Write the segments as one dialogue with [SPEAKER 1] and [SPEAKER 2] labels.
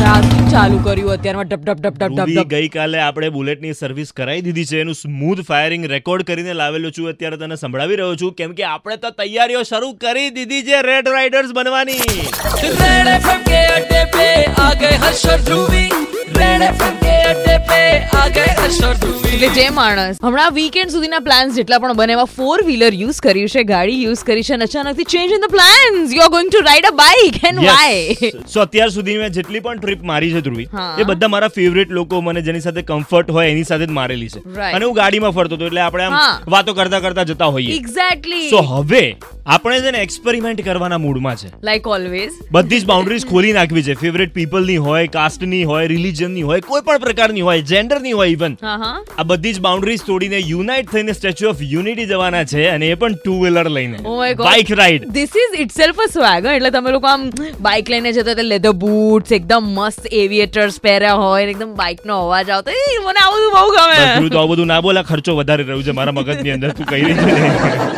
[SPEAKER 1] ચાલુ કર્યું અત્યારમાં ઢપ ઢપ ઢપ ઢપ
[SPEAKER 2] રૂબી
[SPEAKER 1] ઢપ
[SPEAKER 2] ગઈકાલે આપણે બુલેટની સર્વિસ કરાવી દીધી છે એનું સ્મૂથ ફાયરિંગ રેકોર્ડ કરીને લાવેલો છું અત્યારે તને સંભળાવી રહ્યો છું કેમ કે આપણે તો તૈયારીઓ શરૂ કરી દીધી છે રેડ રાઇડર્સ બનવાની
[SPEAKER 1] ઢપ રેડ એફએમ કે અડ્ડે પે આ ગયે હર્ષર ધ્રુવી રેડ એફએમ કે અડ્ડે પે આ ગયે હર્ષર ધ્રુવી એટલે જે માણસ હમણાં વીકેન્ડ સુધીના પ્લાન્સ જેટલા પણ બને એવા ફોર વ્હીલર યુઝ કર્યું છે ગાડી યુઝ કરી છે અને અચાનકથી change in the plans you are going to ride a bike and why
[SPEAKER 2] so અત્યાર સુધી મેં જેટલી પણ ટ્રીપ મારી છે ધ્રુવી
[SPEAKER 1] હા.
[SPEAKER 2] એ બધા મારા ફેવરેટ લોકો મને જેની સાથે કમ્ફર્ટ હોય એની સાથે જ મારેલી છે
[SPEAKER 1] Right.
[SPEAKER 2] અને હું ગાડીમાં ફરતો હતો એટલે આપણે આમ
[SPEAKER 1] હા.
[SPEAKER 2] વાતો કરતા કરતા જતા હોઈએ
[SPEAKER 1] એક્ઝેક્ટલી
[SPEAKER 2] સો હવે આપણે છે ને એક્સપેરિમેન્ટ કરવાના મૂડમાં છે
[SPEAKER 1] લાઈક ઓલવેઝ
[SPEAKER 2] બધી જ બાઉન્ડ્રીઝ ખોલી નાખવી છે ફેવરેટ પીપલની હોય કાસ્ટની હોય રિલીજનની હોય કોઈ પણ પ્રકારની હોય જેન્ડરની હોય ઇવન
[SPEAKER 1] હા હા
[SPEAKER 2] આ બધી જ બાઉન્ડ્રીઝ તોડીને યુનાઇટ થઈને સ્ટેચ્યુ ઓફ યુનિટી જવાના છે અને એ પણ ટુ વ્હીલર લઈને
[SPEAKER 1] Oh my God.
[SPEAKER 2] Bike ride
[SPEAKER 1] this is itself a swag એટલે તમે લોકો આમ બાઇક લઈને જતા એટલે લેધર બૂટ્સ એકદમ મસ્ત એવિએટર્સ પહેર્યા હોય ને એકદમ બાઇકનો અવાજ આવતો એ મને આવું બધું બહુ
[SPEAKER 2] બધું
[SPEAKER 1] ગમે
[SPEAKER 2] તો આ બધું ના બોલા ખર્ચો વધારે રહ્યો છે મારા મગજની અંદર તું કહી રહી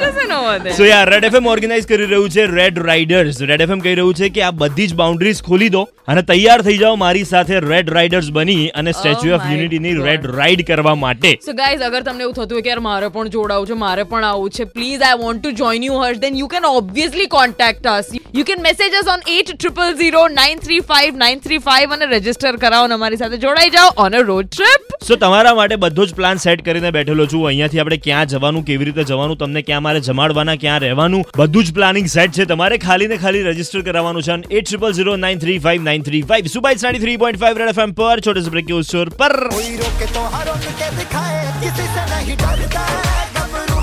[SPEAKER 2] છે
[SPEAKER 1] નો વધે
[SPEAKER 2] સો યાર રેડ એફએમ ઓર્ગેનાઇઝ કરી રહ્યું છે રેડ રાઇડર્સ રેડ એફએમ કહી રહ્યું છે કે આ બધી જ બાઉન્ડ્રીઝ ખોલી દો અને તૈયાર થઈ જાઓ મારી સાથે રેડ રાઇડર્સ બની અને સ્ટેચ્યુ ઓફ
[SPEAKER 1] Oh my
[SPEAKER 2] યુનિટીની
[SPEAKER 1] God.
[SPEAKER 2] રેડ રાઇડ કરવા માટે
[SPEAKER 1] સો ગાઈઝ અગર તમને એવું થતું હોય કે યાર મારે પણ જોડાવું છે મારે પણ આવું છે please I want to join you Harsh then you can obviously contact us you can message us on at triple zero nine three five nine three five અને રજીસ્ટર કરાવો અને અમારી સાથે જોડાઈ જાઓ on a road trip
[SPEAKER 2] so તમારા માટે બધો જ પ્લાન સેટ કરીને બેઠેલો છું અહીંયાથી આપણે ક્યાં જવાનું કેવી રીતે જવાનું તમને ક્યાં મારે જમાડવાના ક્યાં રહેવાનું બધું જ પ્લાનિંગ સેટ છે તમારે ખાલી ને ખાલી રજીસ્ટર કરાવવાનું છે at triple zero nine three five nine three five સુબાઈ સાડી three point five red FM પર છોટે સે બ્રેક ન્યૂઝ સ્ટોર પર
[SPEAKER 3] कोई रोके तो हर के दिखाए किसी से नहीं ડરતા गबरू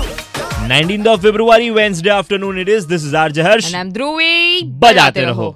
[SPEAKER 2] nineteenth of February Wednesday afternoon it is this is R જહર્ષ
[SPEAKER 1] એન્ડ આઈ એમ ધ્રુવી
[SPEAKER 2] બજાતે રહો